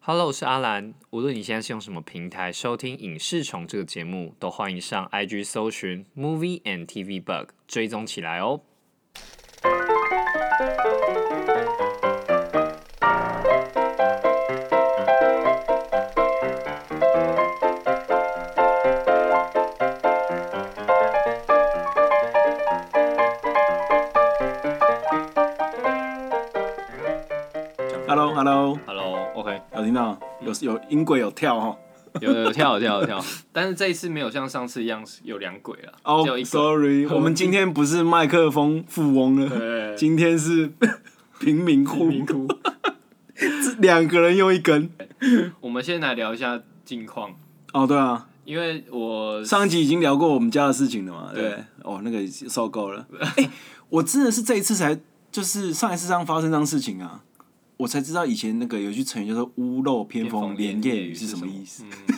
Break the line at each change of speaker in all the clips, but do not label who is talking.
Hello，我是阿兰。无论你现在是用什么平台收听《影视虫》这个节目，都欢迎上 IG 搜寻 Movie and TV Bug 追踪起来 哦。
Hello Hello，
Hello，OK，、
有听到吗有有音轨有跳哦哈。
有有跳有跳有 跳，但是这一次没有像上次一样有两轨了，
哦、
只有一
s
轨。
o r r y 我们今天不是麦克风富翁了，
对，
今天是 贫民 户，
民窟。
两个人用一根。
我们先来聊一下近况，
哦，对啊，
因为我
上一集已经聊过我们家的事情了嘛，对不
对
对，哦，那个已经受够了。 哎、我真的是这一次才，就是上一次刚发生这样事情啊，我才知道以前那个有一句成语叫做“屋漏偏逢连夜雨”是什么意思。？
嗯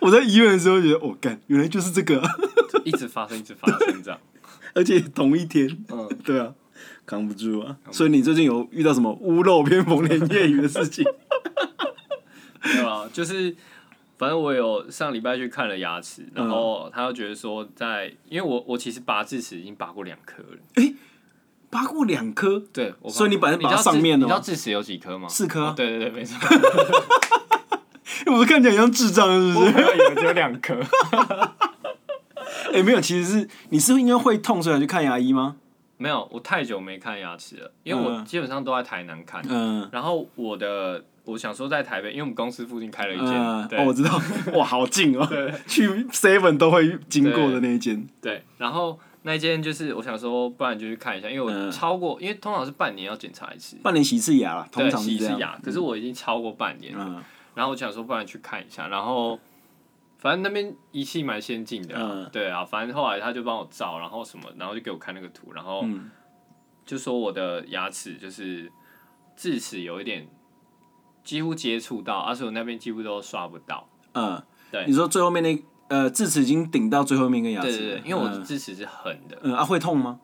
我在医院的时候觉得，哦，干，原来就是这个、啊，
一直发生，一直发生这样。
而且同一天。
嗯，
对啊，扛不住啊！所以你最近有遇到什么屋漏偏逢连夜雨的事 情？
没有啊，就是反正我有上礼拜去看了牙齿，然后他又觉得说在，因为我我其实拔智齿已经拔过两颗了，
拔过两颗，
对，我拔
所以你本来
知
拔
道智
上面
你
的
知道
吗？
智齿有几颗吗？
四颗啊
哦对对对，没错，
我都看起来像智障，是不是？
以为只有两颗。
哎、没有，其实是你是因为会痛所以才去看牙医 吗？
没有，我太久没看牙齿了，因为我
嗯
基本上都在台南看。
嗯、
然后我的我想说在台北，因为我们公司附近开了一间，
嗯、
对、
哦，我知 道，哇，好近哦， 去 Seven 都会经过的那一间，
对。然后那间就是我想说，不然就去看一下，因为我
嗯
超过，因为通常是半年要检查一次，
半年洗一次牙啦，通
对，
常
洗
是
一
这
次
样。
牙。可是我已经超过半年，了。
嗯
然后我想说，不然去看一下。然后反正那边仪器蛮先进的啊、
嗯
对啊。反正后来他就帮我照，然后什么，然后就给我看那个图，然后
嗯，
就说我的牙齿就是智齿有一点几乎接触到，而且我那边几乎都刷不到。
嗯，
对
你说最后面那呃智齿已经顶到最后面一根牙齿
对
了，
对对，因为我的
嗯
智齿是横的，
嗯啊会痛吗？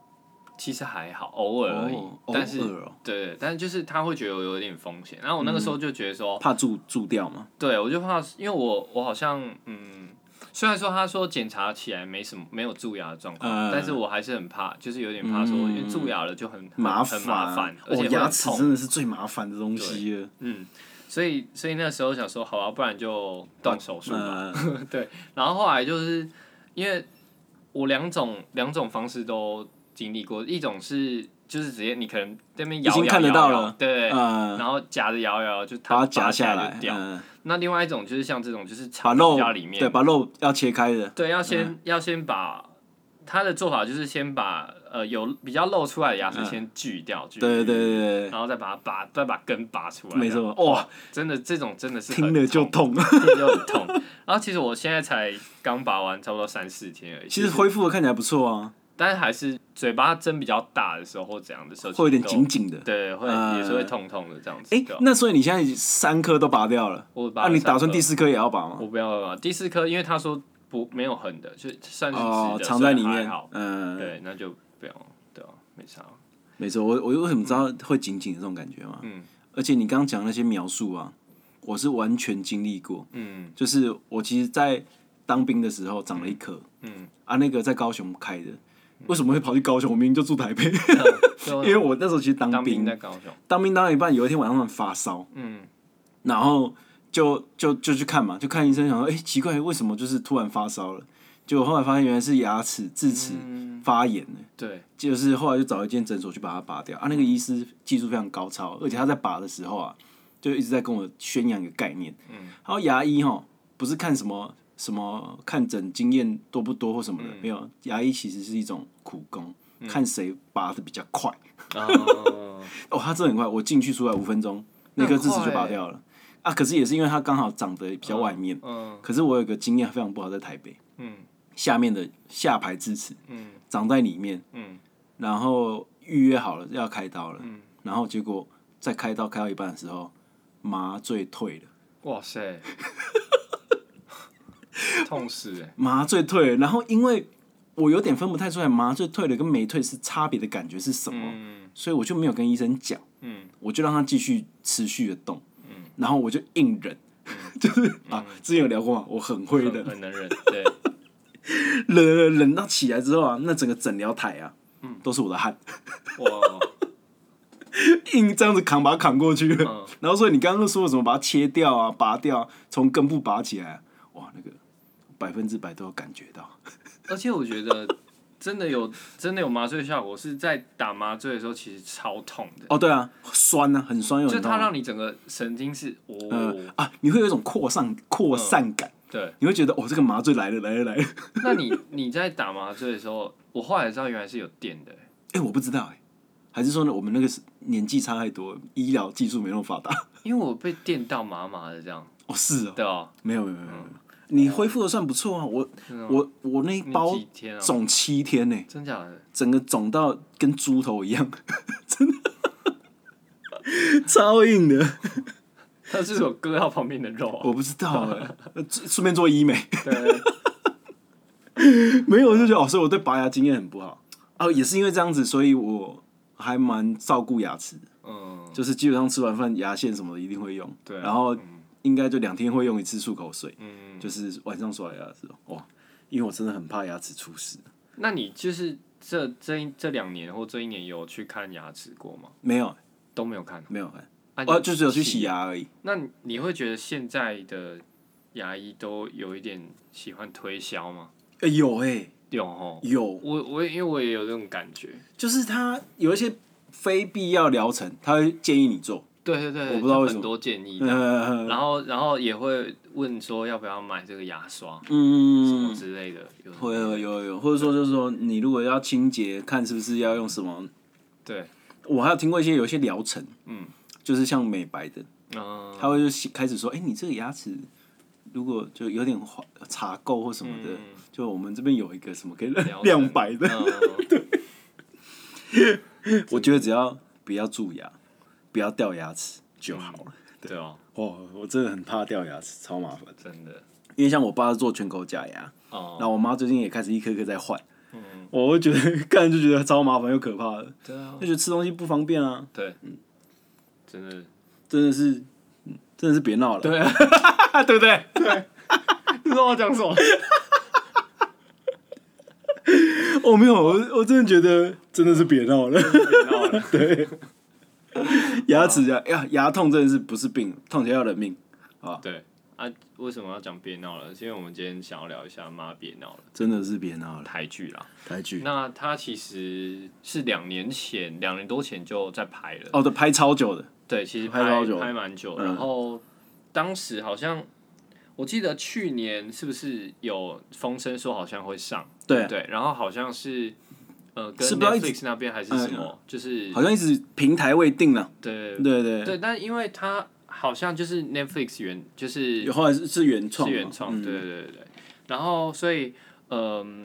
其实还好，偶尔而已。
哦
但是
偶尔嗯哦
对对，但是就是他会觉得我有点风险。然后我那个时候就觉得说，
怕蛀蛀掉吗？
对我就怕，因为我我好像嗯，虽然说他说检查起来没什么没有蛀牙的状况，
嗯
但是我还是很怕，就是有点怕说，因为蛀牙了就很很
麻
很麻烦，而且
哦
会，很
牙齿
痛
真的是最麻烦的东西了。
嗯，所以所以那时候想说，好啊，不然就动手术吧。
呃，
然后后来就是因为我两种两种方式都经历过，一种是就是直接你可能在那边摇
已经
摇
看得
摇
到
摇
了
对，
呃，
然后夹着摇摇就
把它
它
夹
下
下来
就，掉。
嗯，
那另外一种就是像这种就是
把
藏
肉
在里面，
对，把肉要切开的，
对，要先、
嗯
要先把他的做法就是先把呃有比较露出来的牙齿先锯掉，锯
嗯对对对对
然后再把它拔，再把根拔出来，
对，没错，哇，
真的这种真的是
听
很
了就
痛
痛。
听就很痛。然后其实我现在才刚拔完，差不多三四天而已。
其实
就是，
恢复的看起来不错啊，
但是还是嘴巴针比较大的时候或怎样的时候，
会有点
其实
紧
都。
紧的。
对，会、
嗯
也是会痛痛的这样子。
哎
对啊，
那所以你现在三颗都拔掉了，
我拔
那
了
你
三
打算
颗
第四颗也要拔吗
我？不要了吧，第四颗，因为他说不没有横的，就算是直的，
哦，藏
所
在
以
里
还
面
好，，
嗯，，
对，那就不要，对啊，没啥。
没错。我我为什么知道会紧紧的这种感觉吗？
嗯
而且你刚刚讲那些描述啊，我是完全经历过。
嗯
就是我其实，在当兵的时候长了一颗、
嗯，
啊，那个在高雄开的，为什么会跑去高雄？我明明就住台北，
因
因为我那时候其实当
嗯啊当
兵，
兵在高雄，
当兵当到一半，有一天晚上突然发烧，
嗯
然后就就就去看嘛，就看医生，想说，哎、奇怪，为什么就是突然发烧了？结果后来发现原来是牙齿智齿
嗯，
发炎了。
对，嗯
就是后来就找一间诊所去把它拔掉啊，那个医师技术非常高超，而且他在拔的时候啊，就一直在跟我宣扬一个概念。嗯，然后牙医哈，不是看什么什么看诊经验多不多或什么
嗯
的，没有，牙医其实是一种苦工，看谁拔的比较快。
哦，
哦，他真的很快，我进去出来五分钟，那颗智齿就拔掉了、啊。可是也是因为他刚好长得比较外面，
嗯
可是我有个经验非常不好，在台北
嗯
下面的下排智齿
嗯
长在里面。
嗯，
然后预约好了要开刀了，
嗯
然后结果在开刀开到一半的时候，麻醉退了，
哇 塞，痛死哎，
麻醉退了，然后因为我有点分不太出来麻醉退了跟没退是差别的感觉是什么，
嗯
所以我就没有跟医生讲，
嗯
我就让他继续持续的动，然后我就硬忍， 就是啊，之前有聊过嘛，我很会忍
很，很能忍，对，
忍忍忍忍到起来之后啊，那整个诊疗台啊，
嗯
都是我的汗，
哇，
硬这样子扛把它扛过去了。
嗯
然后所以你刚刚说的什么把它切掉啊、拔掉、啊，从根部拔起来、啊，哇，那个百分之百都有感觉到。
而且我觉得真的有真的有麻醉效果，是在打麻醉的时候其实超痛的，
哦，对啊，酸啊，很酸又
就
很痛
它
啊。
让你整个神经是
嗯
哦，嗯
啊，你会有一种扩散扩散感，
对。
你会觉得哦，这个麻醉来了来了来了。
那你你在打麻醉的时候，我后来知道原来是有电的，欸
哎、我不知道哎、还是说呢，我们那个是年纪差太多，医疗技术没那么发达。
因为我被电到麻麻的这样，
哦，是哦，
对哦，
没有没有没有没有，你恢复的算不错啊。我我我那一
你
包
几天啊？
肿七天呢、
真假的？
整个肿到跟猪头一样， 真的 超硬的。
它是有割到旁边的肉啊？
我不知道哎、呃 顺便做医美，
对，
没有我就觉得哦，所以我对拔牙经验很不好啊，也是因为这样子，所以我还蛮照顾牙齿的，
嗯，
就是基本上吃完饭牙线什么的一定会用，
对啊。
然后
嗯
应该就两天会用一次漱口水，
嗯，
就是晚上刷牙的时候，哇，因为我真的很怕牙齿出事。
那你就是这这一这两年或这一年有去看牙齿过吗？
没有
都没有看
没有，哎
啊
哦，就只有去洗。牙而已。
那你你会觉得现在的牙医都有一点喜欢推销吗？
哎、有哎、
有哦，
有，
我我因为我也有这种感觉。
就是他有一些非必要疗程，他会建议你做。
对对对，
我不知道
就
为什
很
么
多建议这样。
呃，
嗯然后，然后也会问说要不要买这个牙刷什么
嗯，
之类的，有
会有有有，或者说就是说，你如果要清洁，看是不是要用什么？
对，
我还有听过一些有一些疗程，
嗯，
就是像美白的，
嗯，
他会就开始说，哎、你这个牙齿如果就有点滑茶垢或什么的，
嗯
就我们这边有一个什么可以
疗程
亮白的，
嗯
我觉得只要不要蛀牙，不要掉牙齿就好了。
对哦，
哦，我真的很怕掉牙齿，超麻烦。
真的
因为像我爸是做全口假牙，
哦，嗯
然后我妈最近也开始一颗颗在换，我会觉得看就觉得超麻烦又可怕的，
对啊
就，觉得吃东西不方便啊，
对，真的，
真的是，嗯真的是别闹了，
对啊，
对不对？
你知道我讲什么？
我、哦没有，我我真的觉得真的是别闹了， 牙齿啊，呀，牙痛真的是不是病，痛起来要人命，
对啊，为什么要讲别闹了？是因为我们今天想要聊一下“妈别闹了
真的是别闹”了，
台剧啦。
台剧
那它其实是两年前，两年多前就在拍了。
哦，对，拍超久的，
对，其实
拍
拍
多久
拍蛮久的，
嗯
然后当时好像我记得去年是不是有风声说好像会上，
对啊，
对，然后好像是呃跟
是不是要一直嗯
Netflix 那边还是什么，就是
好像一直平台未定了，
嗯对
对对
对，但因为它好像就是 Netflix 原就是
有后来是是原创
是
嘛，
原创，
嗯
对对对对对。然后所以嗯，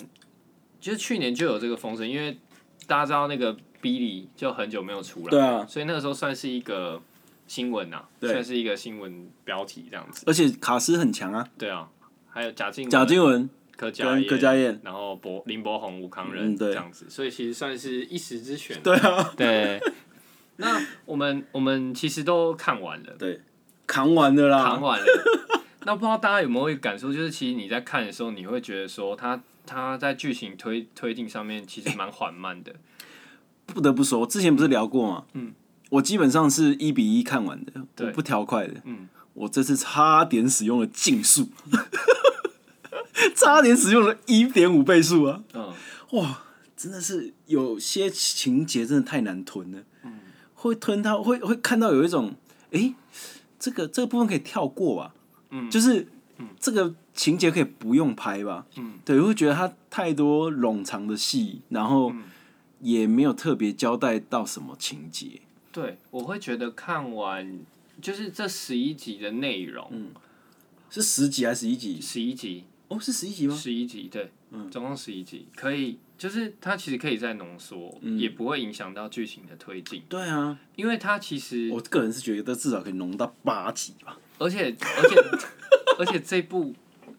就是去年就有这个风声，因为大家知道那个 Billy 就很久没有出来，
对啊，
所以那个时候算是一个新闻呐、
对
算是一个新闻标题这样子。
而且卡斯很强啊，
对啊，还有贾静雯、
贾静雯
柯佳
跟
燕、
柯佳燕，
然后博林柏宏、吴康
嗯
仁
对
这样子，所以其实算是一时之选。
对啊，
对，那我们我们其实都看完了，
扛完的啦，
看完了。 那不知道大家有没有一个感受，就是其实你在看的时候，你会觉得说它它在剧情推推进上面其实蛮缓慢的。
不得不说，我之前不是聊过吗？嗯，我基本上是一比一看完的，
对
我不调快的。
嗯，
我这次差点使用了竞速， 差点使用了一点五倍速啊！
嗯，
哇，真的是有些情节真的太难吞了。嗯，会吞到会会看到有一种，诶，这个这个部分可以跳过吧？嗯，就是。这个情节可以不用拍吧？嗯，对，我会觉得它太多冗长的戏，然后也没有特别交代到什么情节。
对，我会觉得看完就是这十一集的内容，
是十集还是十一集？
十一集，
哦，是十一集吗？
十一集，对，总共十一集，可以，就是它其实可以再浓缩，也不会影响到剧情的推进，
对啊，
因为它其实，
我个人是觉得至少可以浓到八集吧。
而且而且 而且这部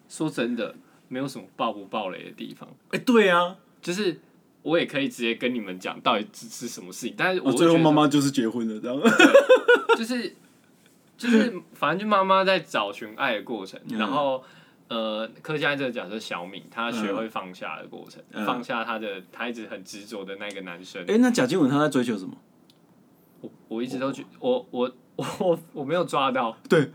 说真的没有什么爆不爆雷的地方，
哎、对啊，
就是我也可以直接跟你们讲到底是是什么事情，但是我
我
会
哦最后
觉得
妈妈就是结婚了，这样。
就是就是 反正就妈妈在找寻爱的过程，
嗯
然后呃，柯佳嬿这个角色小敏，她学会放下的过程，
嗯
放下她的她一直很执着的那个男生。
哎、那贾静雯她在追求什么？
我我一直都觉我我我我我没有抓到，
对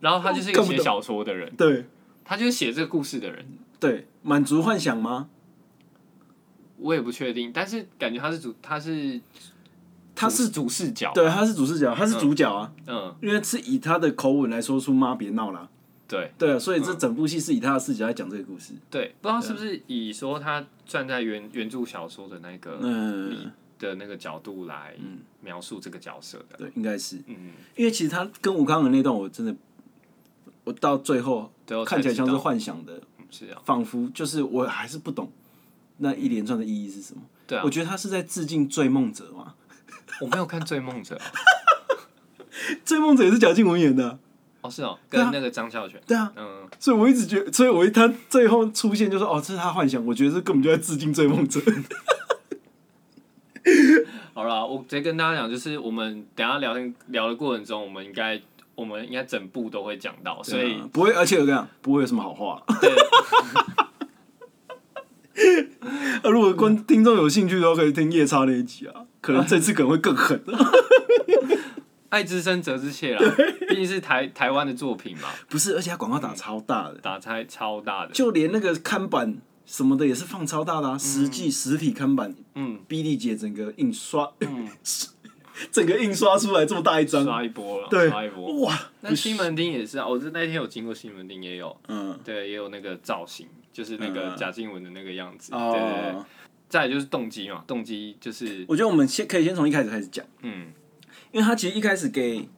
然后他就是一个写小说的人，
对
他就是写这个故事的人，
对，满足幻想吗？
我也不确定，但是感觉他是主他是
她
主
是
主视角，
对，她是主视角，她是主角啊，
嗯，
因为是以她的口吻来说出“妈别闹啦
对”，
对啊，所以这整部戏是以她的视角在讲这个故事。
对，不知道是不是以说他站在原原著小说的那个
嗯，
的那个角度来描述这个角色的，
对，应该是
嗯，
因为其实她跟吴康仁那段，我真的，我到最后
对，我才
看起来像
知
是
道
幻想的，
是啊，
仿佛就是我还是不懂那一连串的意义是什么。
对啊
我，觉得他是在致敬《追梦者》嘛，
我没有看《追梦者》
《追梦者》也是贾静雯演的啊、
哦，是哦，跟那个张孝全，
对啊，
嗯，
所以我一直觉得，所以我一他最后出现就说哦，这是他幻想，我觉得这根本就在致敬《追梦者》
好啦，我直接跟大家讲，就是我们等一下聊天聊的过程中，我们应该我们应该整部都会讲到，所以
对啊不会，而且我跟你讲，不会有什么好话。啊， 如果观听众有兴趣的话，可以听夜叉那一集啊，可能这次可能会更狠。
爱之深责之切啦，毕竟是台台湾的作品嘛，
不是，而且他广告打超大的，
打拆超大的，
就连那个看板什么的也是放超大的啊，实际实体看板，
嗯，
比利姐整个印刷， 整个印嗯刷出来这么大一张，
刷一波了，
对，
刷一波。
哇，
那西门町也是啊，我是那天有经过西门町，也有
嗯，
对，也有那个造型，就是那
嗯
个
嗯
贾静雯的那个样子，对对对
哦。，
再来就是动机嘛，动机就是
我觉得我们先可以先从一开始开始讲。
嗯
因为他其实一开始给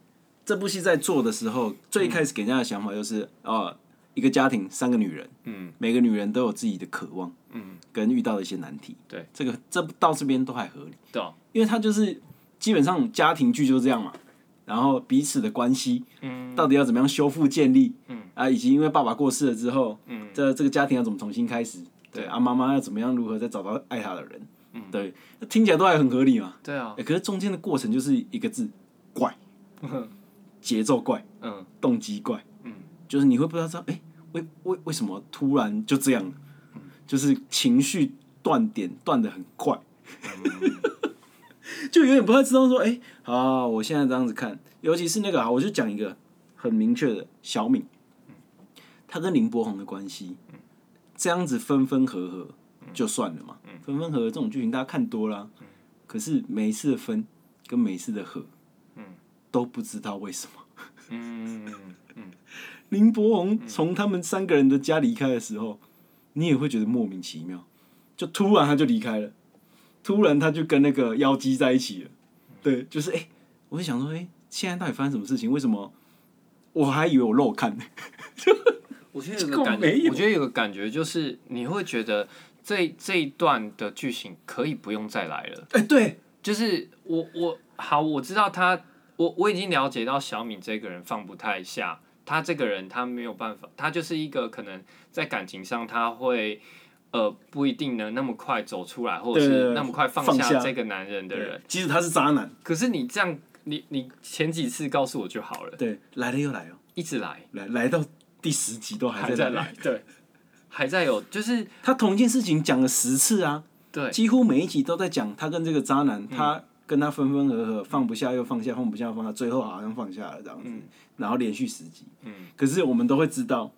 这部戏在做的时候，最一开始给人家的想法就是，哦，一个家庭三个女人，
嗯
每个女人都有自己的渴望
嗯，
跟遇到的一些难题。
对，
这个这到这边都还合理，
对啊，
因为他就是基本上家庭剧就是这样嘛。然后彼此的关系，
嗯，
到底要怎么样修复建立？
嗯
啊，以及因为爸爸过世了之后，
嗯
这这个家庭要怎么重新开始？对啊，妈妈要怎么样如何再找到爱她的人？嗯，对，那听起来都还很合理嘛。
对啊
欸，可是中间的过程就是一个字怪，节奏怪，
嗯
动机怪，
嗯，
就是你会不知道知道，哎、为为为什么突然就这样了，就是情绪断点断的很快，
嗯
就有点不太知道说，哎、好好，好我现在这样子看，尤其是那个，好，我就讲一个很明确的小敏，她跟林柏宏的关系，这样子分分合合就算了嘛，分分合合这种剧情大家看多了啊、可是每一次的分跟每一次的合，都不知道为什么。
嗯嗯嗯。
林柏宏从他们三个人的家离开的时候，你也会觉得莫名其妙，就突然他就离开了，突然他就跟那个妖姬在一起了。对，就是哎、诶我就想说，哎、现在到底发生什么事情？为什么我还以为我漏看呢？
我觉得
结
有个
果
感
没
觉，
有
我觉得有个感觉就是，你会觉得这这一段的剧情可以不用再来了。
哎、对，
就是我我好，我知道他，我我已经了解到小敏这个人放不太下，他这个人他没有办法，他就是一个可能在感情上他会。呃，不一定能那么快走出来，或者
对对
是
对
那么快放
放下
下这个男人的人。，
即使他是渣男，
可是你这样，你你前几次告诉我就好了，
对，来了又来哦，
一直来，
来来到第十集都还
还
在
在来，对，还在有，就是
他同一件事情讲了十次啊，
对，嗯
几乎每一集都在讲他跟这个渣男，他跟他分分合合，放不下又放下，放不下又放下，最后好像放下了这样子，然后连续十集。
嗯
可是我们都会知道，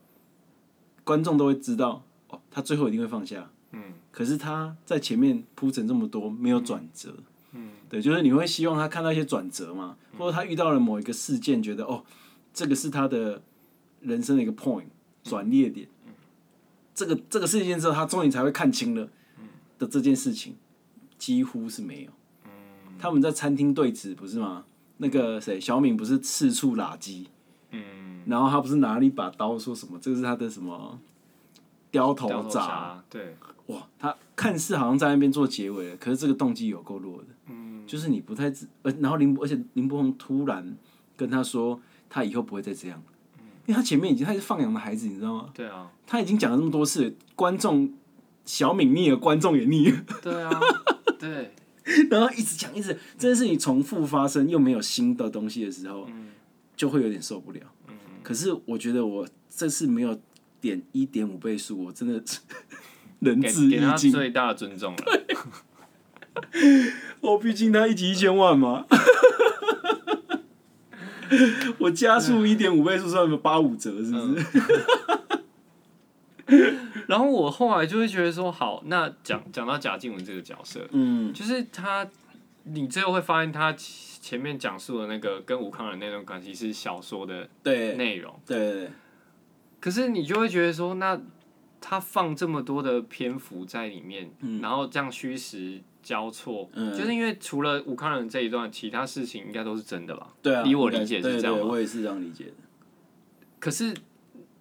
观众都会知道，哦，他最后一定会放下。
嗯
可是他在前面铺陈这么多，没有转折，
嗯，
对，就是你会希望他看到一些转折嘛，或者他遇到了某一个事件，觉得哦，这个是他的人生的一个 point 转捩点，
嗯
这个这个事件之后，他终于才会看清了的这件事情，几乎是没有。
嗯
他们在餐厅对峙不是吗？那个谁，小敏不是四处拉鸡，
嗯，
然后他不是拿了一把刀，说什么这个是他的什么雕头
掉头
铡？
茶，对，
哇，他看似好像在那边做结尾了，可是这个动机有够弱的，
嗯
就是你不太知，呃，然后林，而且林柏宏突然跟他说，他以后不会再这样了，
嗯
因为他前面已经他是放羊的孩子，你知道吗？
对啊，
他已经讲了这么多次了，观众小敏腻了，观众也腻了，
对啊，对，嗯
然后一直讲，一直这件事情重复发生，又没有新的东西的时候，就会有点受不了。可是我觉得我这次没有点一点五倍速，我真的是 仁
给
至
给他
义尽。啊
最大的尊重了。
我毕竟他一集一千万嘛，我加速一点五倍速算个八五折，是不是？
然后我后来就会觉得说，好，那讲讲到贾静雯这个角色，
嗯，
就是他，你最后会发现他前前面讲述的那个跟吴康仁那段关系是小说的
对，对
内容，
对对，
可是你就会觉得说，那他放这么多的篇幅在里面，
嗯
然后这样虚实交错，
嗯
就是因为除了吴康仁这一段，其他事情应该都是真的吧？
对啊，
以我理解是
对
这样
对
吗
我也是这样理解的。
可是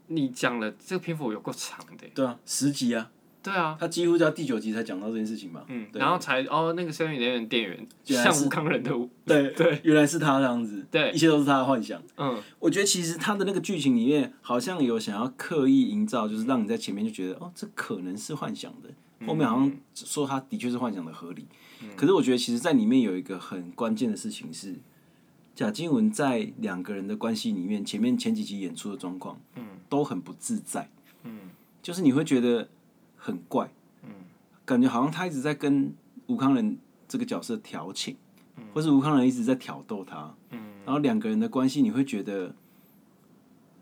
你讲了这个篇幅有够长的欸，
对啊，十集啊，
对啊，
他几乎到第九集才讲到这件事情嘛。
嗯，
对
然后才哦，那个生意人员店员
原来
像
是
吴康仁的吴，
对对，原来是他这样子，
对
一切都是他的幻想。
嗯，
我觉得其实他的那个剧情里面，好像有想要刻意营造，就是让你在前面就觉得哦，这可能是幻想的，后面好像说他的确是幻想的合理。可是我觉得其实，在里面有一个很关键的事情是，贾静雯在两个人的关系里面，前面前几集演出的状况，嗯，都很不自在，嗯，就是你会觉得很怪，嗯，感觉好像他一直在跟吴康仁这个角色调情，或是吴康仁一直在挑逗他，嗯，然后两个人的关系你会觉得。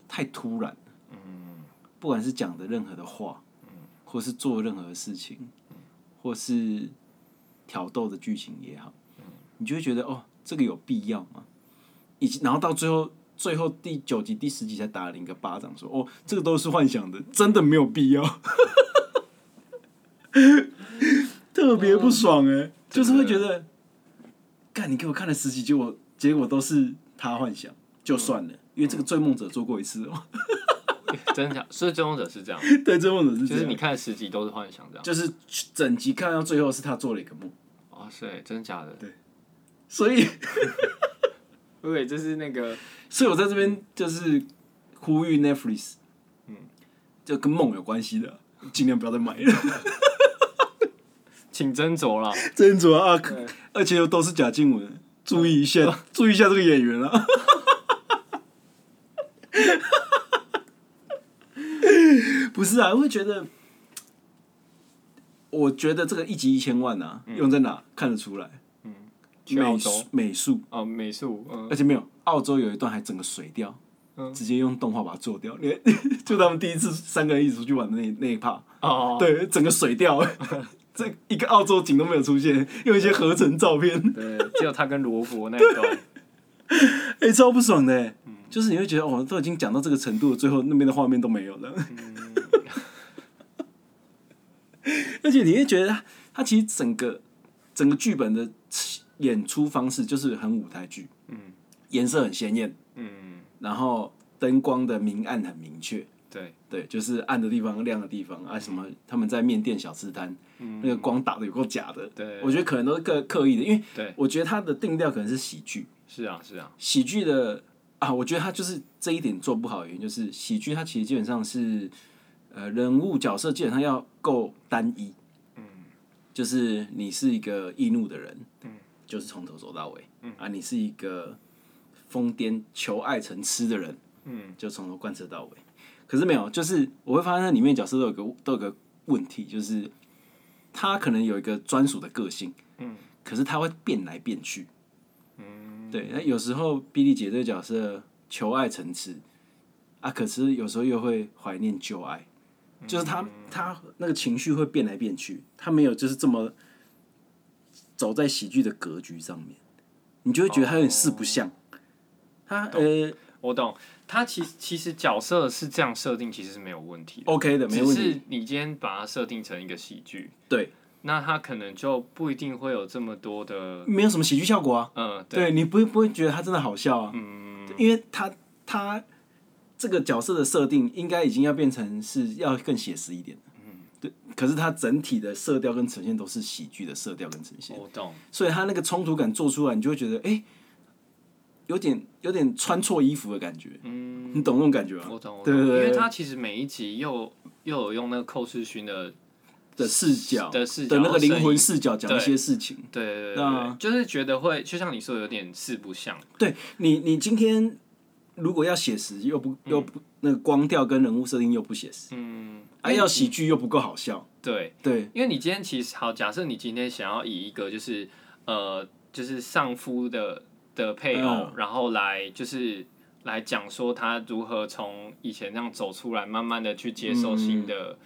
太突然了。不管是讲的任何的话，或是做任何事情，或是挑逗的剧情也好，你就会觉得哦，这个有必要吗？以及然后到最后，最后第九集、第十集才打了一个巴掌，说哦，这个都是幻想的，真的没有必要。 特别不爽哎、就是会觉得，干你给我看了十集，结果结果都是他幻想，就算了，因为这个追梦者做过一次哦、
真的假？所以追踪者是这样，
对，啊追梦者是这
就
样
是你看十集都是幻想这样。
就是整集看到最后是他做了一个梦，
哦，是真的假的？
所以
对，这是那个
所以我在这边就是呼吁 Netflix，嗯，就跟梦有关系的，尽量不要再买了。
请斟酌了。
真主啊，嗯而且又都是贾静雯，注意一下，注意一下这个演员啊。 不是啊，我会觉得，我觉得这个一集一千万啊，用在哪看得出来？
去澳
美
洲
术美术
哦，美术，嗯
而且没有，澳洲有一段还整个水掉，
嗯
直接用动画把它做掉。连 就他们第一次三个人一起出去玩的那那一趴，
哦，
对，整个水掉， 这一个澳洲景都没有出现，用一些合成照片，
对，只有他跟罗伯那一段，
哎、超不爽的、
嗯
就是你会觉得哦，都已经讲到这个程度了，最后那边的画面都没有了，
嗯
而且你会觉得他他其实整个整个剧本的演出方式就是很舞台剧，
嗯
颜色很鲜艳，
嗯，
然后灯光的明暗很明确。
对，
对，就是暗的地方、亮的地方啊，什么
嗯
他们在面店小吃摊，那个光打的有够假的。
对
我觉得可能都是刻刻意的，因为
对，
我觉得他的定调可能是喜剧，
是啊是啊，
喜剧的啊，我觉得他就是这一点做不好的原因，就是喜剧它其实基本上是呃人物角色基本上要够单一，就是你是一个易怒的人，就是从头走到尾，啊，你是一个疯癫求爱成痴的人，
嗯
就从头贯彻到尾。可是没有，就是我会发现那里面角色都有个都有个问题，就是他可能有一个专属的个性，
嗯，
可是他会变来变去，
嗯，
对。那有时候比利姐这个角色求爱成痴啊，可是有时候又会怀念旧爱，
嗯
就是他他那个情绪会变来变去，他没有就是这么走在喜剧的格局上面，你就会觉得他有点四不像。他呃
我哦懂。他其其实角色是这样设定，其实是没有问题的，
，OK 的，哦没
只
问题
是。你今天把它设定成一个喜剧，
对，
那他可能就不一定会有这么多的，
没有什么喜剧效果啊。
嗯，对，
对你不会不会觉得他真的好笑啊，
嗯
因为他他这个角色的设定应该已经要变成是要更写实一点的，
嗯
对。可是他整体的色调跟呈现都是喜剧的色调跟呈现，
我懂，
所以他那个冲突感做出来，你就会觉得哎、诶有点有点穿错衣服的感觉，
嗯。
你懂那种感觉吗？
我懂，我
对
懂
对对
因为他其实每一集又又有用那个寇世勋的，
的视角
的视角
那个灵
摄
魂
影
视角讲一
对
些事情，
对对对对
那
对，就是觉得会，就像你说的有点四不像，
对你，你今天如果要写实又不又不、那个光调跟人物设定又不写实，
嗯，
啊，要喜剧又不够好笑，
对，
对，
因为你今天其实好，假设你今天想要以一个就是呃，就是丧夫的的配偶，
嗯
然后来就是来讲说他如何从以前那样走出来，慢慢的去接受新的、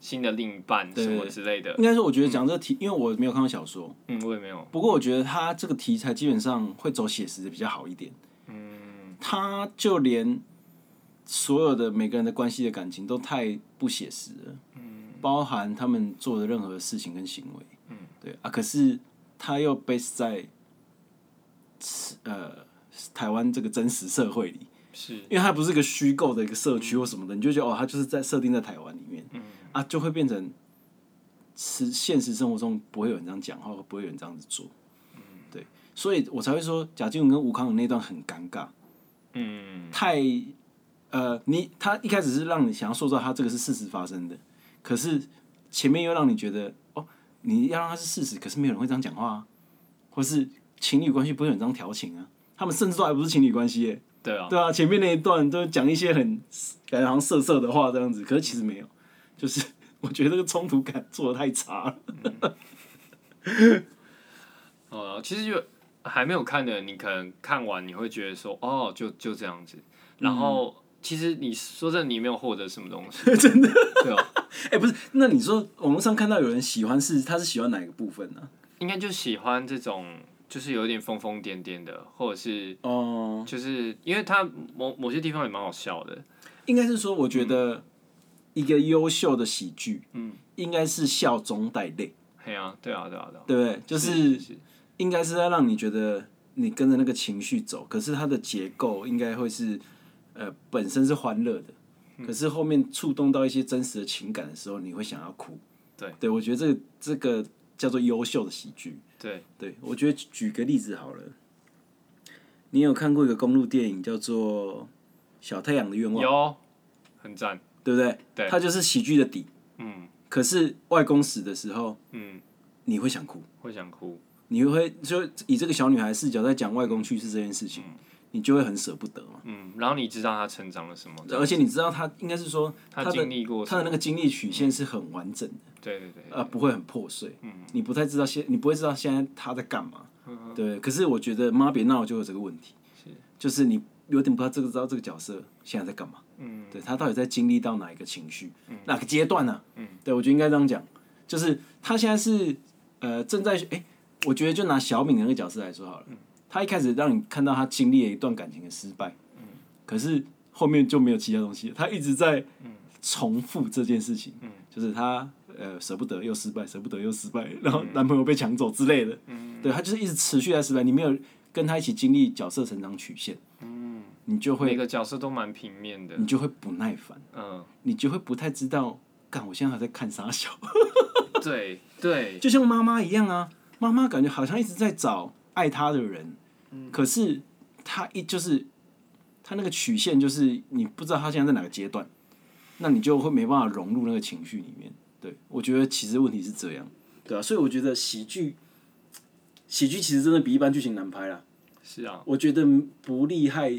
新的另一半
嗯对
什么之类的。
应该是我觉得讲这个题，因为我没有看到小说，
嗯，我也没有。
不过我觉得他这个题材基本上会走写实的比较好一点。嗯，他就连所有的每个人的关系的感情都太不写实了。嗯，包含他们做的任何事情跟行为。嗯，对啊，可是他又 base 在呃台湾这个真实社会里，
是，
因为它不是一个虚构的一个社区或什么的，你就觉得哦，它就是在设定在台湾里面，啊，就会变成是现实生活中不会有人这样讲话，不会有人这样子做，对，所以我才会说贾静雯跟吴康仁那段很尴尬，
嗯，
太呃，你他一开始是让你想要塑造他这个是事实发生的，可是前面又让你觉得哦，你要让他是事实，可是没有人会这样讲话啊，或是情侣关系不会有人这样调情啊，他们甚至都还不是情侣关系耶、
对啊，
对啊，前面那一段都讲一些很感觉好像色色的话这样子，可是其实没有， 就是我觉得这个冲突感做的太差了。
哦、其实就还没有看的，你可能看完你会觉得说，哦，就就这样子。然
嗯
后、其实你说真的，你没有获得什么东西， 真的，对啊。
哎、不是，那你说网络上看到有人喜欢是他是喜欢哪个部分呢、
应该就喜欢这种，就是有点疯疯癫癫的，或者是
哦、
就是因为他某某些地方也蛮好笑的，
应该是说，我觉得一个优秀的喜剧，嗯，应该是笑中带泪，
嘿啊，对啊，对啊，对啊，
对不对？就是是应该是要让你觉得你跟着那个情绪走，可是它的结构应该会是呃本身是欢乐的，
嗯
可是后面触动到一些真实的情感的时候，你会想要哭。
对，
对我觉得这个这个叫做优秀的喜剧。
对，
对我觉得举个例子好了，你有看过一个公路电影叫做《小太阳的愿望》，
有很赞，
对不对？
对
它就是喜剧的底。
嗯
可是外公死的时候，
嗯，
你会想哭。
会想哭，
你会就以这个小女孩视角在讲外公去世这件事情，你就会很舍不得嘛。
嗯，然后你知道他成长了什么，
而且你知道她应该是说
他
的
经历过什
她的那
么，嗯
个经历曲线是很完整的，
对对对，
呃，不会很破碎。
嗯
你不太知道现，你不会知道现在她在干嘛。
嗯
对，可是我觉得《妈别闹》就有这个问题，就是你有点不太知道这个知道这个角色现在在干嘛。
嗯
对他到底在经历到哪一个情绪、哪个阶段呢、嗯，对我觉得应该这样讲，就是他现在是呃正在哎、我觉得就拿小敏的那个角色来说好了，他一开始让你看到他经历了一段感情的失败，可是后面就没有其他东西了，他一直在重复这件事情，就是他呃舍不得又失败，舍不得又失败，然后男朋友被抢走之类的，对他就是一直持续在失败，你没有跟他一起经历角色成长曲线，你就
每
会
个角色都蛮平面的，
你就会不耐烦。
嗯，
你就会不太知道，干，我现在还在看傻小，
对对，
就像妈妈一样啊，妈妈感觉好像一直在找爱她的人，可是她一就是她那个曲线就是你不知道她现在在哪个阶段，那你就会没办法融入那个情绪里面。对，我觉得其实问题是这样，对啊，所以我觉得喜剧，喜剧其实真的比一般剧情难拍啦。
是啊，
我觉得不厉害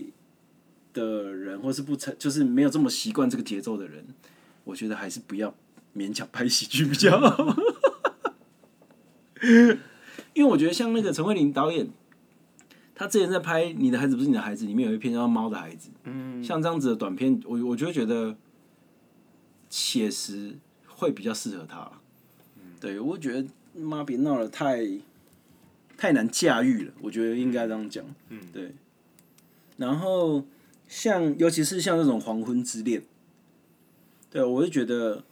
的人，或是不成，就是没有这么习惯这个节奏的人，我觉得还是不要勉强拍喜剧比较好。 因为我觉得像那个陈慧琳导演，他之前在拍《你的孩子不是你的孩子》里面有一篇叫《猫的孩子》，
嗯，
像这样子的短片，我我就会觉得写实会比较适合他啦。对，我觉得妈别闹了，太太难驾驭了，我觉得应该这样讲。嗯，对。然后像尤其是像那种黄昏之恋，对啊我就觉得，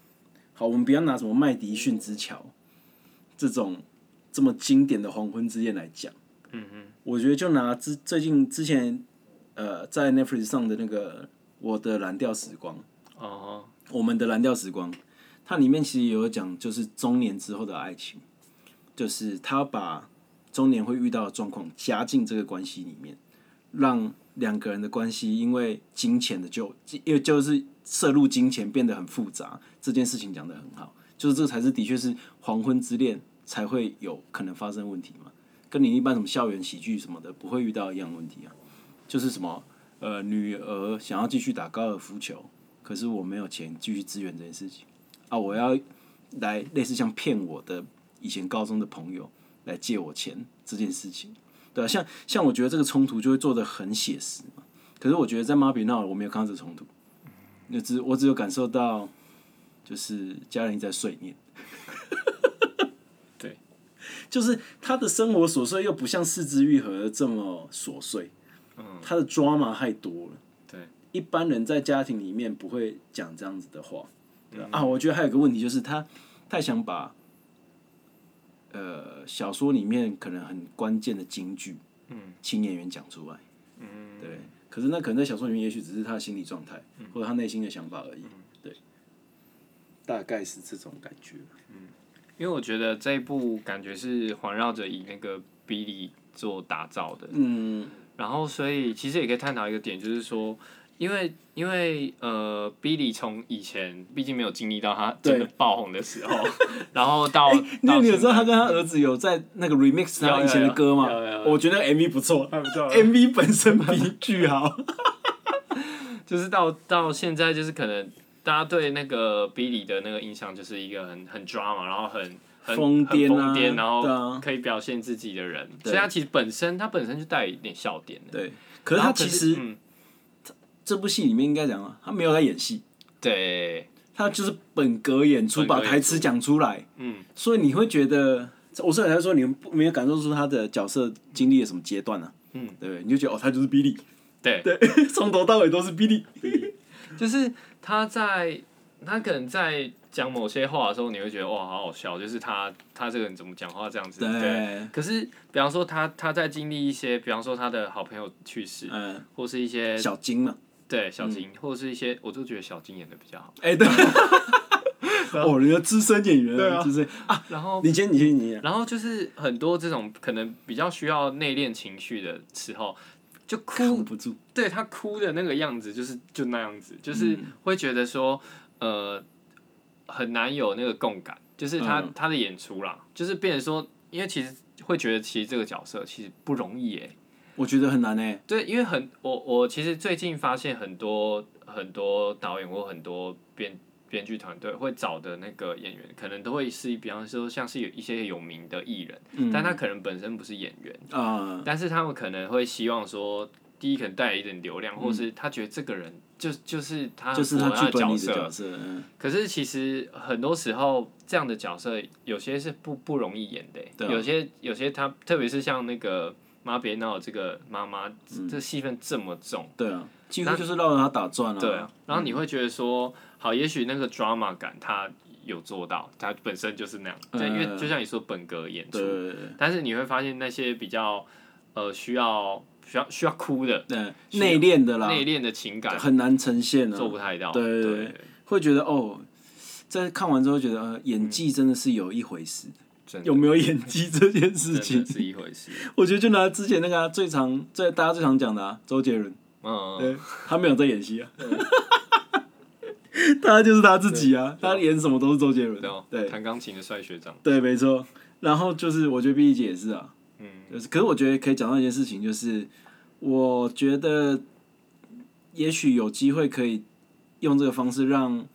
好，我们不要拿什么麦迪逊之桥这种这么经典的黄昏之恋来讲。
嗯哼，
我觉得就拿之最近之前呃在 Netflix 上的那个《我的蓝调时光》，
哦，
我们的蓝调时光，它里面其实也有讲就是中年之后的爱情，就是他把中年会遇到的状况加进这个关系里面，让两个人的关系因为金钱的就因为就是摄入金钱变得很复杂，这件事情讲得很好，就是这才是的确是黄昏之恋才会有可能发生问题嘛，跟你一般什么校园喜剧什么的不会遇到一样问题啊，就是什么。呃女儿想要继续打高尔夫球，可是我没有钱继续支援这件事情啊，我要来类似像骗我的以前高中的朋友来借我钱这件事情，对啊，像像我觉得这个冲突就会做的很写实嘛，可是我觉得在妈比那我没有看到这个冲突，那只我只有感受到就是家人一直在碎念。
对，
就是他的生活琐碎又不像四肢愈合这么琐碎，他的 drama 太多了。
对，
一般人在家庭里面不会讲这样子的话，
嗯
对吧啊，我觉得还有一个问题就是他太想把，呃，小说里面可能很关键的金句，嗯，请演员讲出来，嗯，对。可是那可能在小说里面，也许只是他的心理状态、
嗯
或者他内心的想法而已，对，大概是这种感觉。
因为我觉得这一部感觉是环绕着以那个比利做打造的，
嗯，
然后所以其实也可以探讨一个点，就是说，因为因为呃比利从以前毕竟没有经历到他真的爆红的 时候，然后到
那
到
你有
现
知道
在
他跟他儿子有在那个 remix
有有
他
有
以前的歌吗
有有有？
我觉得那个 MV 不错
不错
，MV 本身比巨好。
就是到到现在，就是可能大家对那个 Billy 的那个印象，就是一个很很 drama，然后很很
疯癫啊
很疯癫，然
对
后
啊
可以表现自己的人。
对啊
所以他其实本身他本身就带一点笑点的。
对，可是
然
他
后
其
是
实
嗯，
这部戏里面应该讲啊，他没有在演戏，
对，
他就是本格演出，
本格
把
演出
台词讲出来。
嗯，
所以你会觉得，我虽然说你不没有感受出他的角色经历了什么阶段呢、啊，
嗯，
对不对？你就觉得哦，他就是 Billy，
对，
对，从头到尾都是 Billy。
就是他在他可能在讲某些话的时候，你会觉得哇，好好笑，就是他他这个人怎么讲话这样子。对。
对，
可是，比方说他他在经历一些，比方说他的好朋友去世，
嗯，
或是一些
小金嘛，
对小金，或者是一些，我就觉得小金演的比较好。
哎、对， 哦，人家资深演员，
对啊
资深啊，
然后，
你先，你先，你先。啊
然后就是很多这种可能比较需要内敛情绪的时候，就
扛
哭，
不住，
对他哭的那个样子，就是就那样子，就是会觉得说，呃，很难有那个共感，就是他、
嗯
他的演出啦，就是变成说，因为其实会觉得其实这个角色其实不容易耶，
我觉得很难诶、欸
对，因为很我我其实最近发现很多很多导演或很多编编剧团队会找的那个演员，可能都会是比方说像是有一些有名的艺人，
嗯
但他可能本身不是演员，
啊、
但是他们可能会希望说，第一可能带来一点流量，或是他觉得这个人就就是他
嗯就是
符
啊他
合他
剧
的
本
角
里的角
色，
色，嗯，
可是其实很多时候这样的角色有些是不不容易演的欸、
对啊
有些有些他特别是像那个。妈别闹！这个妈妈，
嗯
这戏份这么重，
对啊，几乎就是绕着他打转啊。
对啊，，然后你会觉得说，好，也许那个 drama 感他有做到，他本身就是那样，对，因为
嗯
就像你说本格演
对
出，
对对
但是你会发现那些比较呃需要需要需要哭的
对，对呃内敛的啦，
内敛的情感
很难呈现啊，
做不太到，
对
对
对对会觉得哦，在看完之后觉得，呃，演技
嗯
真的是有一回事，
真的
有没有演技这件事
真
情
的，是一回事，
我觉得就拿之前那个、啊、最常最大家最常讲的、啊、周杰伦，
嗯，
对，他没有在演戏啊， 他就是他自己啊，他演什么都是周杰伦
对哦，，
对
弹钢琴的帅学长，
对，没错。然后就是我觉得 B 姐也是啊，
嗯
就是，可是我觉得可以讲到一件事情，就是我觉得也许有机会可以用这个方式让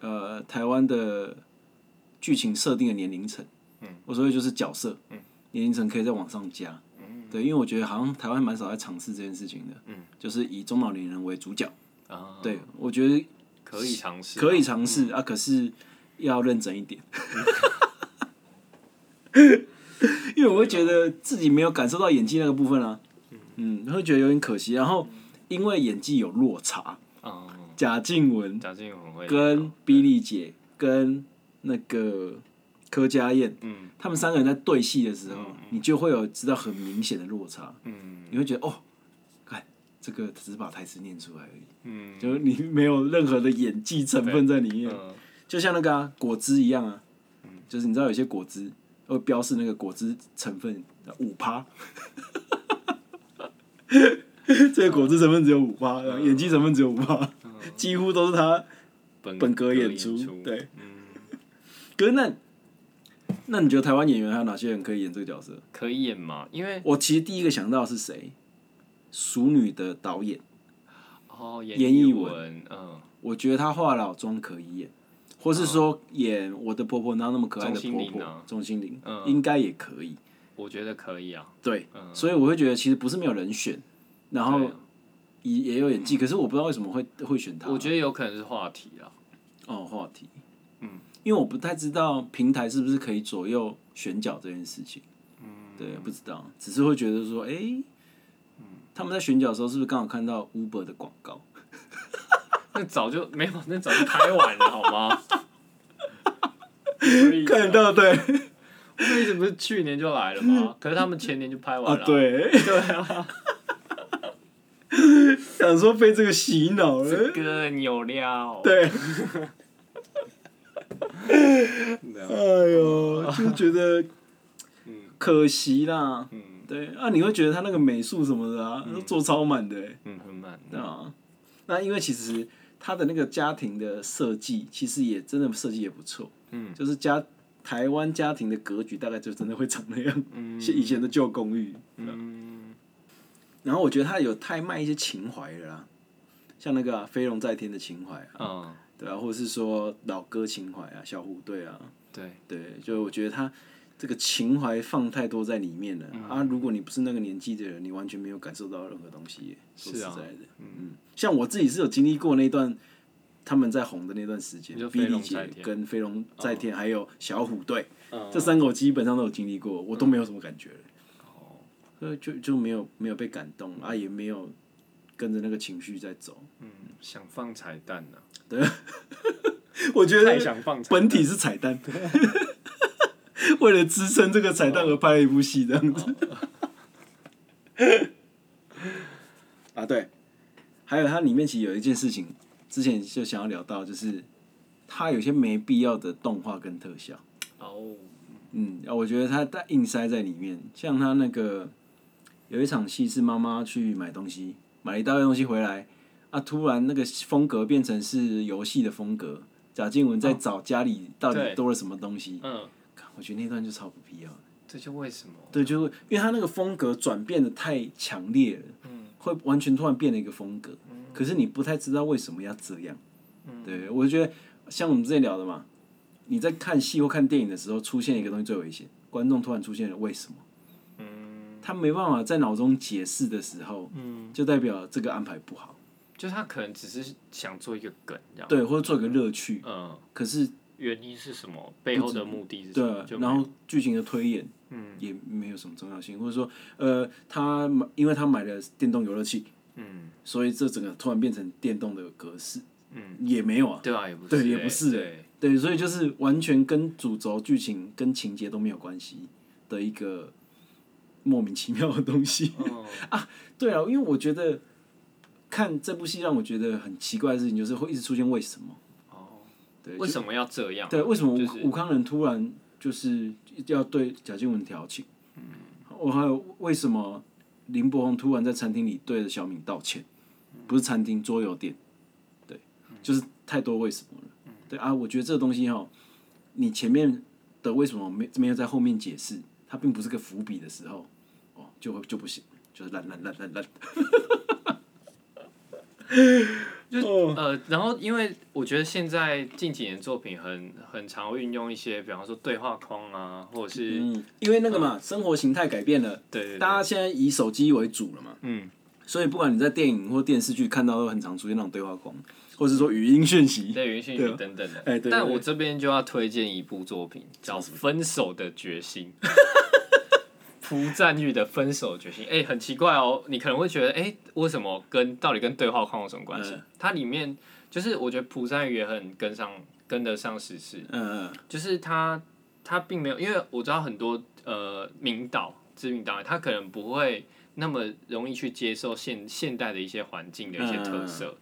呃台湾的剧情设定的年龄层，嗯，我所谓就是角色，嗯，年龄层可以再往上加，嗯，对，因为我觉得好像台湾蛮少在尝试这件事情的，嗯，就是以中老年人为主角，
啊，
对我觉得
可以尝试啊，
可以尝试啊，可是要认真一 点。因为我会觉得自己没有感受到演技那个部分啊，嗯，会觉得有点可惜。然后因为演技有落差，
嗯，
贾静雯
贾静雯很会哦
跟
嗯
Billy 姐跟那个柯佳燕，
嗯
他们三个人在对戏的时候，你就会有知道很明显的落差，
嗯
你会觉得哦，看这个只是把台词念出来而已，
嗯
就是你没有任何的演技成分在里面。
嗯
就像那个、啊、果汁一样啊，就是你知道有些果汁会标示那个果汁成分五趴， 这个果汁成分只有五趴，然后演技成分只有五趴，几乎都是他
本
本格演出
出，
对，
嗯。
可是那那你觉得台湾演员还有哪些人可以演这个角色？
可以演嘛？因为
我其实第一个想到的是谁？《熟女》的导演
哦，
严
艺
艺
文，嗯，
我觉得她话痨中可以演，或是说演我的婆婆那那么可爱的
哦钟欣
婆
凌
婆
啊，
钟欣凌
嗯
应该也可以。
我觉得可以啊。
对，
嗯
所以我会觉得其实不是没有人选，然后
对啊
也也有演技，可是我不知道为什么会会选她。
我觉得有可能是话题啊啦。
哦，话题，嗯，因为我不太知道平台是不是可以左右选角这件事情，嗯，对，不知道，只是会觉得说，哎、
嗯
他们在选角的时候是不是刚好看到 Uber 的广告？
那早就没有，那早就拍完了，好 吗？看
到对
为什么不是去年就来了 吗？可是他们前年就拍
啊
完了。，
对对啊， 想说被这个洗脑
这
了，
个有料。
对，
对啊，
哎呦， 就觉得
嗯
可惜啦，
嗯
对啊，你会觉得他那个美术什么的啊，都做超满的、欸。
嗯，很慢。
对啊，那因为其实他的那个家庭的设计，其实也真的设计也不错。
嗯，
就是家台湾家庭的格局大概就真的会长那样，
嗯
是以前的旧公寓。
嗯，
然后我觉得他有太卖一些情怀了啦，像那个、啊《飞龙在天》的情怀啊，
嗯，
对啊，或者是说老歌情怀啊，小虎队啊，
对，
对，就我觉得他。这个情怀放太多在里面
嗯
了、啊！如果你不是那个年纪的人，你完全没有感受到任何东西耶。说
是啊
实在的，
嗯，
像我自己是有经历过那段他们在红的那段时间
你说，
比
飞
利
龙
姐
在天哦
跟飞龙在天，还有小虎队，
嗯
这三个我基本上都有经历过，我都没有什么感觉了。
哦
所以就就没有没有被感动啊，也没有跟着那个情绪在 走。
嗯，想放彩蛋呢，
我觉
太
得
想放彩蛋
本体是彩蛋， 为了支撑这个彩蛋而拍了一部戏这样子。 啊，对，还有它里面其实有一件事情，之前就想要聊到，就是它有些没必要的动画跟特效，
哦，
嗯，啊我觉得它在硬塞在里面，像它那个有一场戏是妈妈去买东西，买了一大堆东西回来，啊，突然那个风格变成是游戏的风格，贾静雯在找家里到底
嗯对
多了什么东西，
嗯，
看我觉得那段就超不必要的。
这就为什么？
对，就是因为他那个风格转变的太强烈了，
嗯
会完全突然变了一个风格，可是你不太知道为什么要这样。
嗯
对，我觉得像我们之前聊的嘛，你在看戏或看电影的时候，出现一个东西最危险，观众突然出现了为什么，他没办法在脑中解释的时候，就代表这个安排不好，
就他可能 只是想做一个梗，这样。
对，或者做一个乐趣，
嗯，
可是
原因是什么？背后的目的是什么？
对，
就
然后剧情的推演，嗯，也没有什么重要性，或者说，呃，他买，因为他买了电动游乐器，
嗯，
所以这整个突然变成电动的格式，嗯，也没有啊，
对啊，也不是欸，
对，也不是欸
对，
对，所以就是完全跟主轴、剧情跟情节都没有关系的一个莫名其妙的东西。
嗯，
对 啊，因为我觉得看这部戏让我觉得很奇怪的事情，就是会一直出现为什么，
哦，
对，
为什么要这样？
对，为什么武、
就是
武康人突然就是要对贾静雯调情？我还有为什么林柏宏突然在餐厅里对着小敏道歉？不是餐厅，桌游店，对，就是太多为什么了。对啊，我觉得这个东西哈，你前面的为什么没没有在后面解释，它并不是个伏笔的时候，哦，就会就不行，就是烂烂烂烂烂。
呃，然后因为我觉得现在近几年作品很很常运用一些，比方说对话框啊，或者是、
嗯，因为那个嘛，生活形态改变了，
对对对，
大家现在以手机为主了嘛。
嗯，
所以不管你在电影或电视剧看到，都很常出现那种对话框，或是说语音讯息。
对，允许
对啊
你等等的。
哎对
但
对
我这边就要推荐一部作品，叫《分手的决心》。 朴赞玉的《分手决心》哎、很奇怪哦，你可能会觉得，哎、为什么跟到底跟对话框有什么关系？
嗯
它里面就是我觉得朴赞玉也很跟上跟得上时事，
嗯、
就是他他并没有，因为我知道很多呃名导、知名导演，他可能不会那么容易去接受现现代的一些环境的一些特色，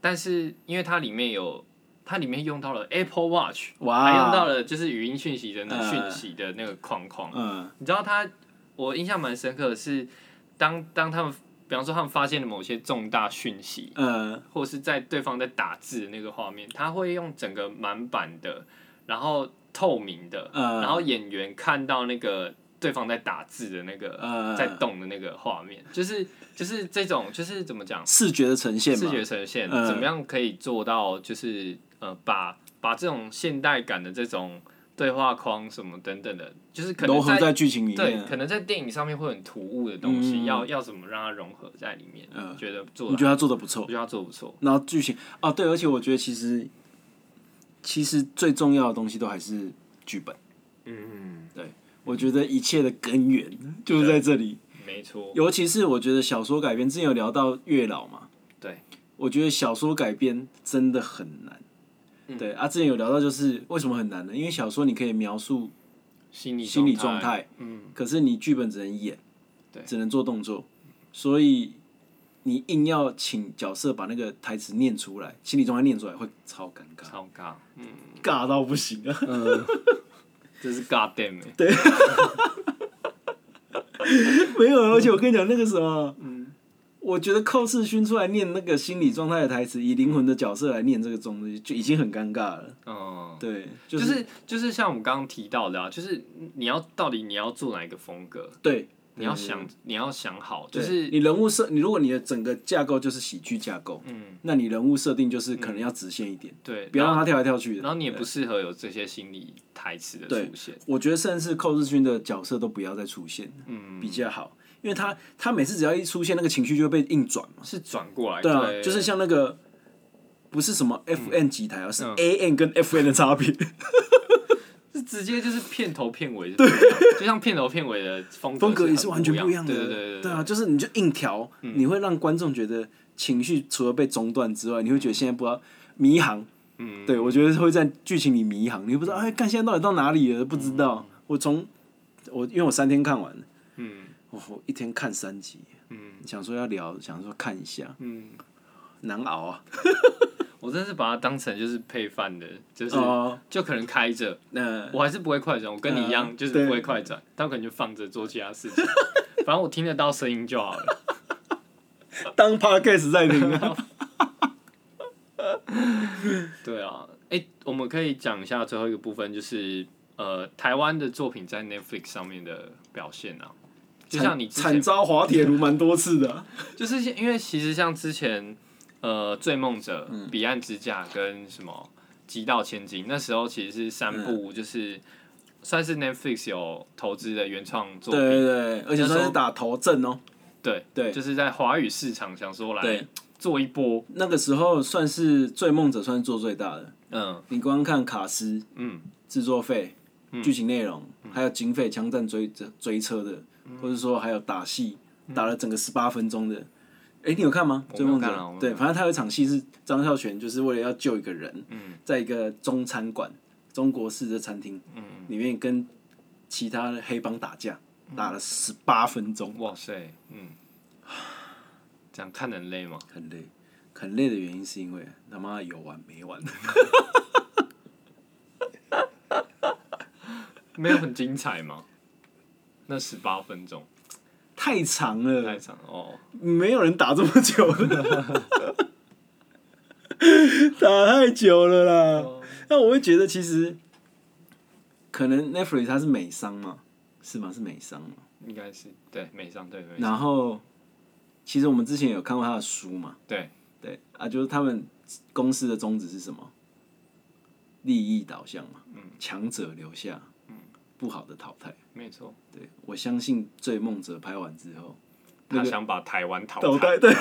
但是因为它里面有。它里面用到了 Apple Watch，
哇
还用到了就是语音讯息的那讯息的那个框框。
嗯，
你知道他，我印象蛮深刻的是，当当他们，比方说他们发现了某些重大讯息，
呃，
或是在对方在打字的那个画面，他会用整个满版的，然后透明的，
嗯
然后演员看到那个对方在打字的那个、
呃
在动的那个画面，就是就是这种就是怎么讲
视觉的呈现
视
嘛，
觉呈现，
呃
怎么样可以做到就是呃把把这种现代感的这种对话框什么等等的，就是可
融
能
合
在
在剧情里
对
面。
可能在电影上面会很突兀的东西，
嗯
要要怎么让它融合在里面？
嗯
觉得做
我
得
觉得他做的不错
我。觉得他做得不错，
然后剧情哦，对，而且我觉得其实其实最重要的东西都还是剧本。
嗯，
我觉得一切的根源就是在这里，
没错，
尤其是我觉得小说改编，之前有聊到月老嘛，
对，
我觉得小说改编真的很难。对啊，之前有聊到就是为什么很难呢？因为小说你可以描述
心理
心理状，态，
嗯，
可是你剧本只能演，
对
只能做动作，所以你硬要请角色把那个台词念出来，心理状态念出来会超尴尬，
超尬，嗯，
尬到不行啊！
这是尬 damn，欸
没有，啊而且我跟你讲那个什么，
嗯
我觉得寇世勋出来念那个心理状态的台词，以灵魂的角色来念这个东西，就已经很尴尬了。
嗯。
对，就、
就是是就是像我们刚刚提到的啊，就是你要到底你要做哪一个风格，
对，
你要想你要想好，就
对
是
你人物设，你如果你的整个架构就是喜剧架构，嗯，那你人物设定就是可能要直线一点，
嗯对，
不要
然
让
后
他跳来跳去的。
然后你也不适合有这些心理台词的
对
出现，
我觉得甚至寇志勋的角色都不要再出现，
嗯，
比较好，因为他他每次只要一出现，那个情绪就会被硬转嘛。
是转过来，
对啊，就是像那个不是什么
嗯
FN 几台啊，是 AN 跟 FN 的差 别，
是直接就是片头片尾是不一样，对，就像片头片尾的风
风格
格
也是完全
不
不一样的。
对对对嗯对
对啊，就是你就硬调，你会让观众觉得情绪除了被中断之外，你会觉得现在不知道迷航。
嗯，
对，我觉得会在剧情里迷航，你不知道哎，看现在到底到哪里了，不知道。我从我因为我三天看完，
嗯
哦，我一天看三集，
嗯
想说要聊，想说看一下，
嗯，
难熬啊。
我真是把它当成就是配饭的，就是
哦，
就可能开着，
那
我还是不会快转，我跟你一样，
嗯
就是不会快转，但我可能就放着做其他事情，反正我听得到声音就好了。
当 podcast 在听啊。
对啊，哎、我们可以讲一下最后一个部分，就是呃，台湾的作品在 Netflix 上面的表现啊，就像你之
惨
前，
遭滑铁卢蛮多次的啊，
就是因为其实像之前呃，《追梦者》
嗯
彼岸之架》跟什么《极道千金》，那时候其实是三
嗯
部，就是、算是 Netflix 有投资的原创作
对
品，
对对，而且算是打头阵哦。
对
对
就是在华语市场想说来
对
做一波，
那个时候算是《追梦者》算是做最大的，
嗯
你光看卡斯、
嗯
制作费、剧情内容，还有警匪枪战追追车的，
嗯
或者说还有打戏，打了整个十八分钟的。哎，你有看吗？《
我
追
没有
梦
看
者
啊我没》有
对，
看
反正他有一场戏是张孝全，就是为了要救一个人，
嗯
在一个中餐馆，中国式的餐厅
嗯，
里面跟其他的黑帮打架，打了十八分钟，
哇塞，嗯，这样看人累吗？
很累。很累的原因是因为他妈有完没完，
没有很精彩吗？那十八分钟
太长了，
太长了哦，
没有人打这么久了， 打太久了啦。
哦
那我会觉得其实可能 Netflix 它是美商嘛，是吗？是美商嘛。
应该是对美商对美商
然后其实我们之前有看过他的书嘛，
对，
对啊，就是他们公司的宗旨是什么？利益导向嘛，
嗯
强者留下，不好的淘汰。
没错，
对我相信《追梦者》拍完之后，
他想把台湾淘
淘
汰。
汰对。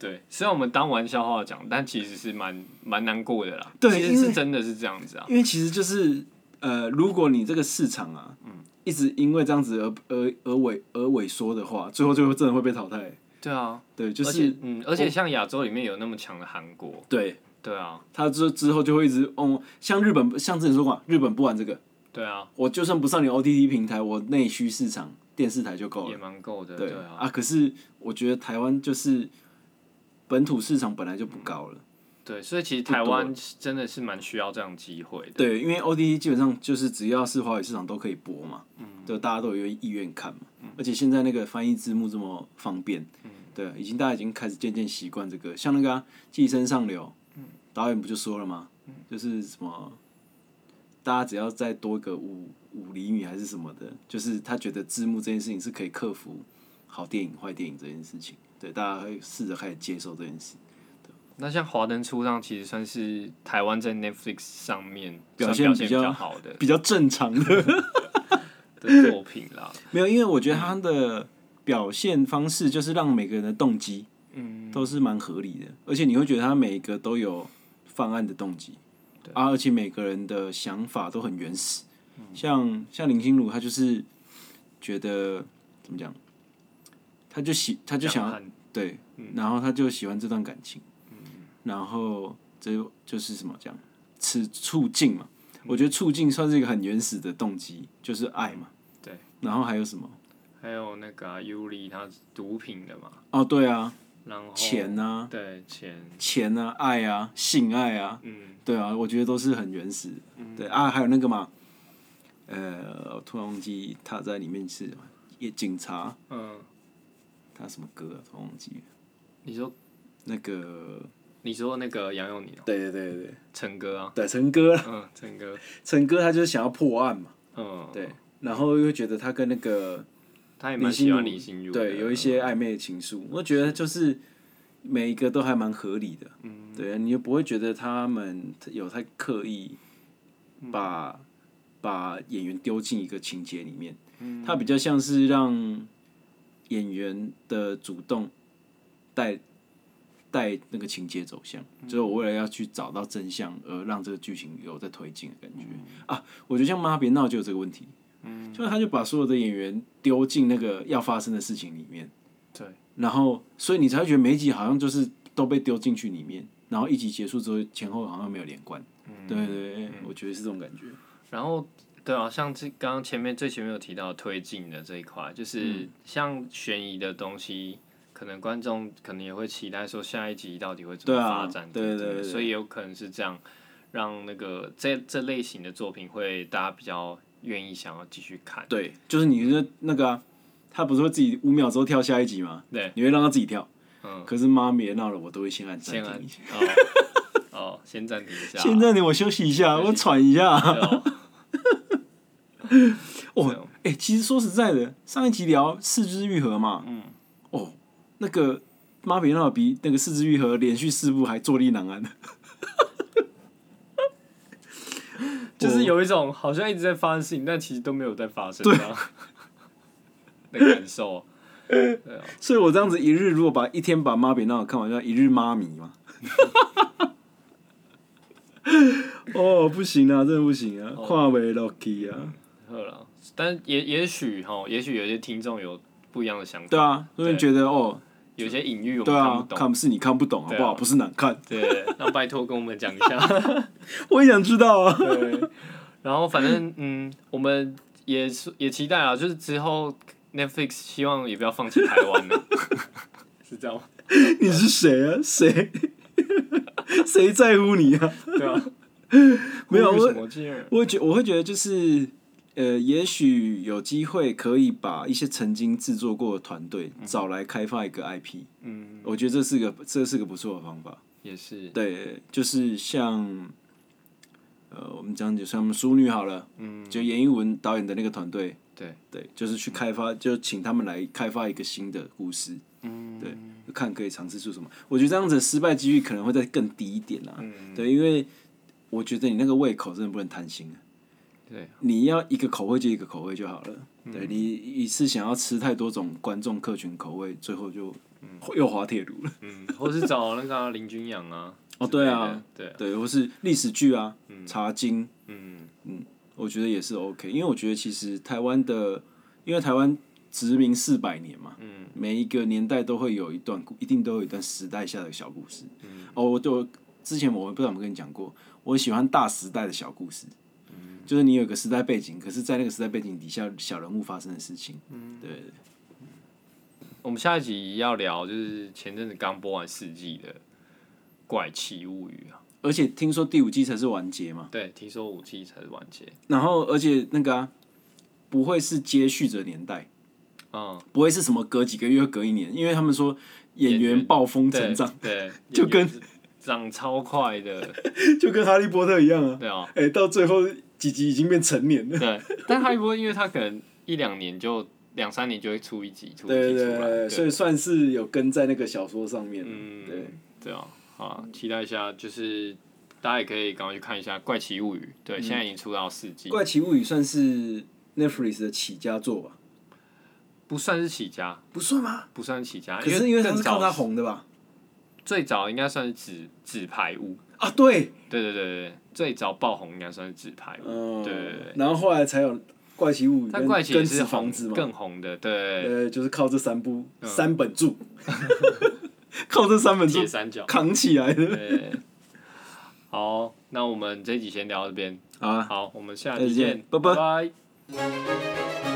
对，虽然我们当玩笑话讲，但其实是蛮蛮难过的啦。
对
其实
因为
是真的是这样子啊。
因为其实就是呃，如果你这个市场啊，
嗯
一直因为这样子而而而萎而萎缩的话，最后就会真的会被淘汰。
对啊，
对，就
而且
是
嗯，而且像亚洲里面有那么强的韩国，
对，
对啊，
他之之后就会一直哦，像日本，像之前说过嘛，日本不玩这个，
对啊，
我就算不上你 OTT 平台，我内需市场电视台就够
也
了。
蛮够的，
对
对啊，
啊，可是我觉得台湾就是本土市场本来就不高了。
对，所以其实
多
台湾真的是蛮需要这样的机会的。
对，因为 OTT 基本上就是只要是华语市场都可以播嘛，就大家都有意愿看嘛。而且现在那个翻译字幕这么方便，对，已经大家已经开始渐渐习惯这个。像那个、啊《寄生上流》，导演不就说了吗？就是什么大家只要再多个五五厘米还是什么的，就是他觉得字幕这件事情是可以克服好电影、坏电影这件事情。对，大家会试着开始接受这件事，
那像《华灯初上》其实算是台湾在 Netflix 上面
表
算
现
表
比
现
较
较好的
比较正常的。
的作品啦。
没有，因为我觉得他的表现方式就是让每个人的动机，嗯，都是蛮合理的，而且你会觉得他每一个都有犯案的动机，啊，而且每个人的想法都很原始，像像林心如，她就是觉得怎么讲，她就喜，她就想要
讲得很
对，然后他就喜欢这段感情，然后这就是什么讲，此促进嘛，我觉得促进算是一个很原始的动机，就是爱嘛，
对，
然后还有什么？
还有那个、啊、尤里他是毒品的嘛，
哦，对啊，
然后
钱啊，
对钱，
钱啊，爱啊，性爱啊，
嗯，
对啊，我觉得都是很原始的。对啊，还有那个嘛，呃，我突然忘记他在里面是也警察，
嗯，
他什么歌啊？突然忘记了
你说
那个，
你说那个杨佑宁哦，
对对对对对，
陈哥啊，
对陈哥啦，
嗯，陈哥，
陈哥他就是想要破案嘛，
嗯，
对，然后又觉得他跟那个
他也
李
蛮
心
喜
如
欢李心如的，嗯
对有一些暧昧的情愫，我觉得就是每一个都还蛮合理的，嗯，对，你就不会觉得他们有太刻意
嗯
把、把演员丢进一个情节里面，
嗯
他比较像是让演员的主动带带那个情节走向，
嗯
就是我为了要去找到真相而让这个剧情有在推进的感觉、
嗯
啊，我觉得像《妈别闹》就有这个问题。就是他就把所有的演员丢进那个要发生的事情里面，
对，
然后所以你才会觉得每一集好像就是都被丢进去里面，然后一集结束之后前后好像没有连贯，
嗯
对对对，我觉得是这种感觉，
然后对啊，像这刚刚前面最前面有提到推进的这一块，就是
嗯
像悬疑的东西，可能观众可能也会期待说下一集到底会怎么
对啊
发展，
对
等
对
等
对对
所以有可能是这样，让那个这这类型的作品会大家比较愿意想要继续看，
对，就是你那那个啊，他不是会自己五秒之后跳下一集吗？
对，
你会让他自己跳，
嗯，
可是妈别闹了，我都会先按
先
暂
按
停一下，
哦哦，先暂停一下，
先暂停，我休息一下，我喘一下。
对 哦
哦，哎、其实说实在的，上一集聊四肢愈合嘛，嗯，哦，那个妈别闹比那个四肢愈合连续四部还坐立难安，
就是有一种好像一直在发生事情，但其实都没有在发 生这样的感受。
所以我这样子一日如果把一天把妈别闹看完，叫一日妈咪嘛。哦，不行啊，真的不行
哦
啊，跨维 lucky 啊，
好了，但也也许哈，也许有些听众有不一样的想法，
对啊，所以觉得哦，
有些隐喻我
对
们看
啊
不，懂。
看不是你看不懂好不好？
对啊
不是难看，
对，那拜托跟我们讲一下。
我也想知道啊。
对，然后反正嗯，我们也是也期待啊，就是之后 Netflix 希望也不要放弃台 湾了， 是这样吗？
你是谁啊？谁 谁在乎你啊？
对啊，
没有
呼吁
我
什么劲儿？
我觉我会觉得就是，呃，也许有机会可以把一些曾经制作过的团队找来开发一个 IP，、
嗯，
我觉得这是个这是个不错的方法。
也是，
对，就是像，呃，我们讲解像我们淑女好了，
嗯，
就严艺文导演的那个团队，
对
对，就是去开发，就请他们来开发一个新的故事，
嗯，
对，看可以尝试出什么。我觉得这样子的失败几率可能会再更低一点啦，对，因为我觉得你那个胃口真的不能贪心啊。
对，
你要一个口味就一个口味就好了。对你一次想要吃太多种观众客群口味，最后就又滑铁卢了。
嗯，或是找那个啊林君阳啊，
哦，对啊，
之类的，对，
对，或是历史剧啊，茶经，
嗯，
我觉得也是 OK，因为我觉得其实台湾的，因为台湾殖民四百年嘛，嗯，每一个年代都会有一段故，一定都有一段时代下的小故事。嗯，哦，我就之前我不知道有没有跟你讲过，我喜欢大时代的小故事，嗯，就是你有个时代背景，可是，在那个时代背景底下，小人物发生的事情，嗯，对，
我们下一集要聊就是前阵子刚播完四季的《怪奇物语》啊，
而且听说第五季才是完结嘛，
对，听说五季才是完结，
然后而且那个、啊、不会是接续着年代，
嗯，
不会是什么隔几个月隔一年，因为他们说演员暴风成
对
长，
对，
就跟
演员是长超快的，
就跟哈利波特一样啊。
对啊，
哎、到最后吉吉已经变成年了。
对，但哈利波特因为他可能一两年就两三年就会出一集，出一
对
集
对
出
对
来，
对，所以算是有跟在那个小说上面。
嗯，
对，
对啊，好啊，期待一下，就是大家也可以赶快去看一下《怪奇物语》，对，现在已经出到四
嗯
季，
怪奇物语》算是 Netflix 的起家作吧？
不算是起家，
不算吗？
不算是起家，
可是因为他
更
是靠
早
他红的吧？
最早应该算是纸纸牌屋，
啊，对，
对对对对对，最早爆红应该算是纸牌屋，
嗯，
对对对
然后后来才有《怪奇物语》
但
跟
怪奇也
跟
是
纸房
红
子嘛，
更红的，对对对，
呃，就是靠这三部、三本柱， 靠这三本柱
铁三角，
扛起来的。
对。对对好，那我们这集先聊到这边。
好啊，
好，我们下
再
期
见
见，
拜拜
拜